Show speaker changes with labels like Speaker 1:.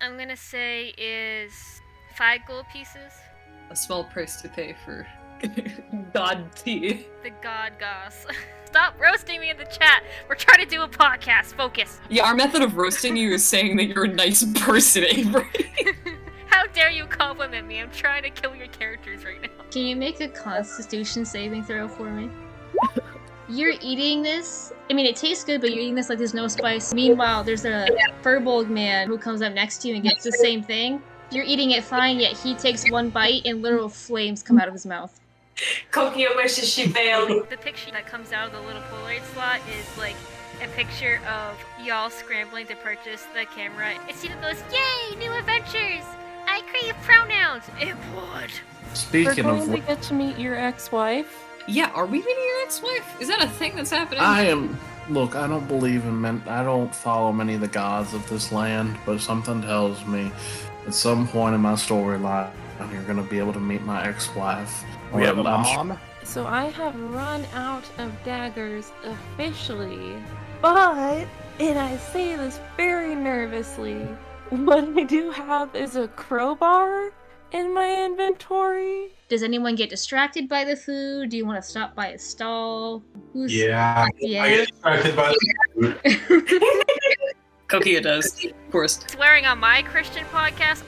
Speaker 1: I'm gonna say is five gold pieces.
Speaker 2: A small price to pay for god tea.
Speaker 1: The god goss. Stop roasting me in the chat. We're trying to do a podcast. Focus.
Speaker 2: Yeah, our method of roasting you is saying that you're a nice person, Avery.
Speaker 1: How dare you compliment me? I'm trying to kill your characters right now.
Speaker 3: Can you make a constitution saving throw for me? You're eating this. I mean, it tastes good, but you're eating this like there's no spice. Meanwhile, there's a furbolg man who comes up next to you and gets the same thing. You're eating it fine, yet he takes one bite and literal flames come out of his mouth.
Speaker 4: Kokio wishes she failed.
Speaker 1: The picture that comes out of the little Polaroid slot is like a picture of y'all scrambling to purchase the camera. It even goes, Yay, new adventures! I crave pronouns! It would.
Speaker 5: We're
Speaker 6: Speaking of
Speaker 5: going to
Speaker 6: which,
Speaker 5: get to meet your ex-wife.
Speaker 2: yeah, are we meeting your ex-wife? Is that a thing that's happening?
Speaker 6: I am. Look, I don't believe in men. I don't follow many of the gods of this land, but something tells me at some point in my storyline, you're going to be able to meet my ex-wife.
Speaker 7: We have a
Speaker 6: I'm-
Speaker 7: mom.
Speaker 5: So I have run out of daggers officially. But, and I say this very nervously, what I do have is a crowbar in my inventory.
Speaker 3: Does anyone get distracted by the food? Do you want to stop by a stall? Who's
Speaker 8: Yeah. I
Speaker 3: Yeah.
Speaker 8: get distracted by
Speaker 2: Kokio does, of course.
Speaker 1: Swearing on my Christian podcast,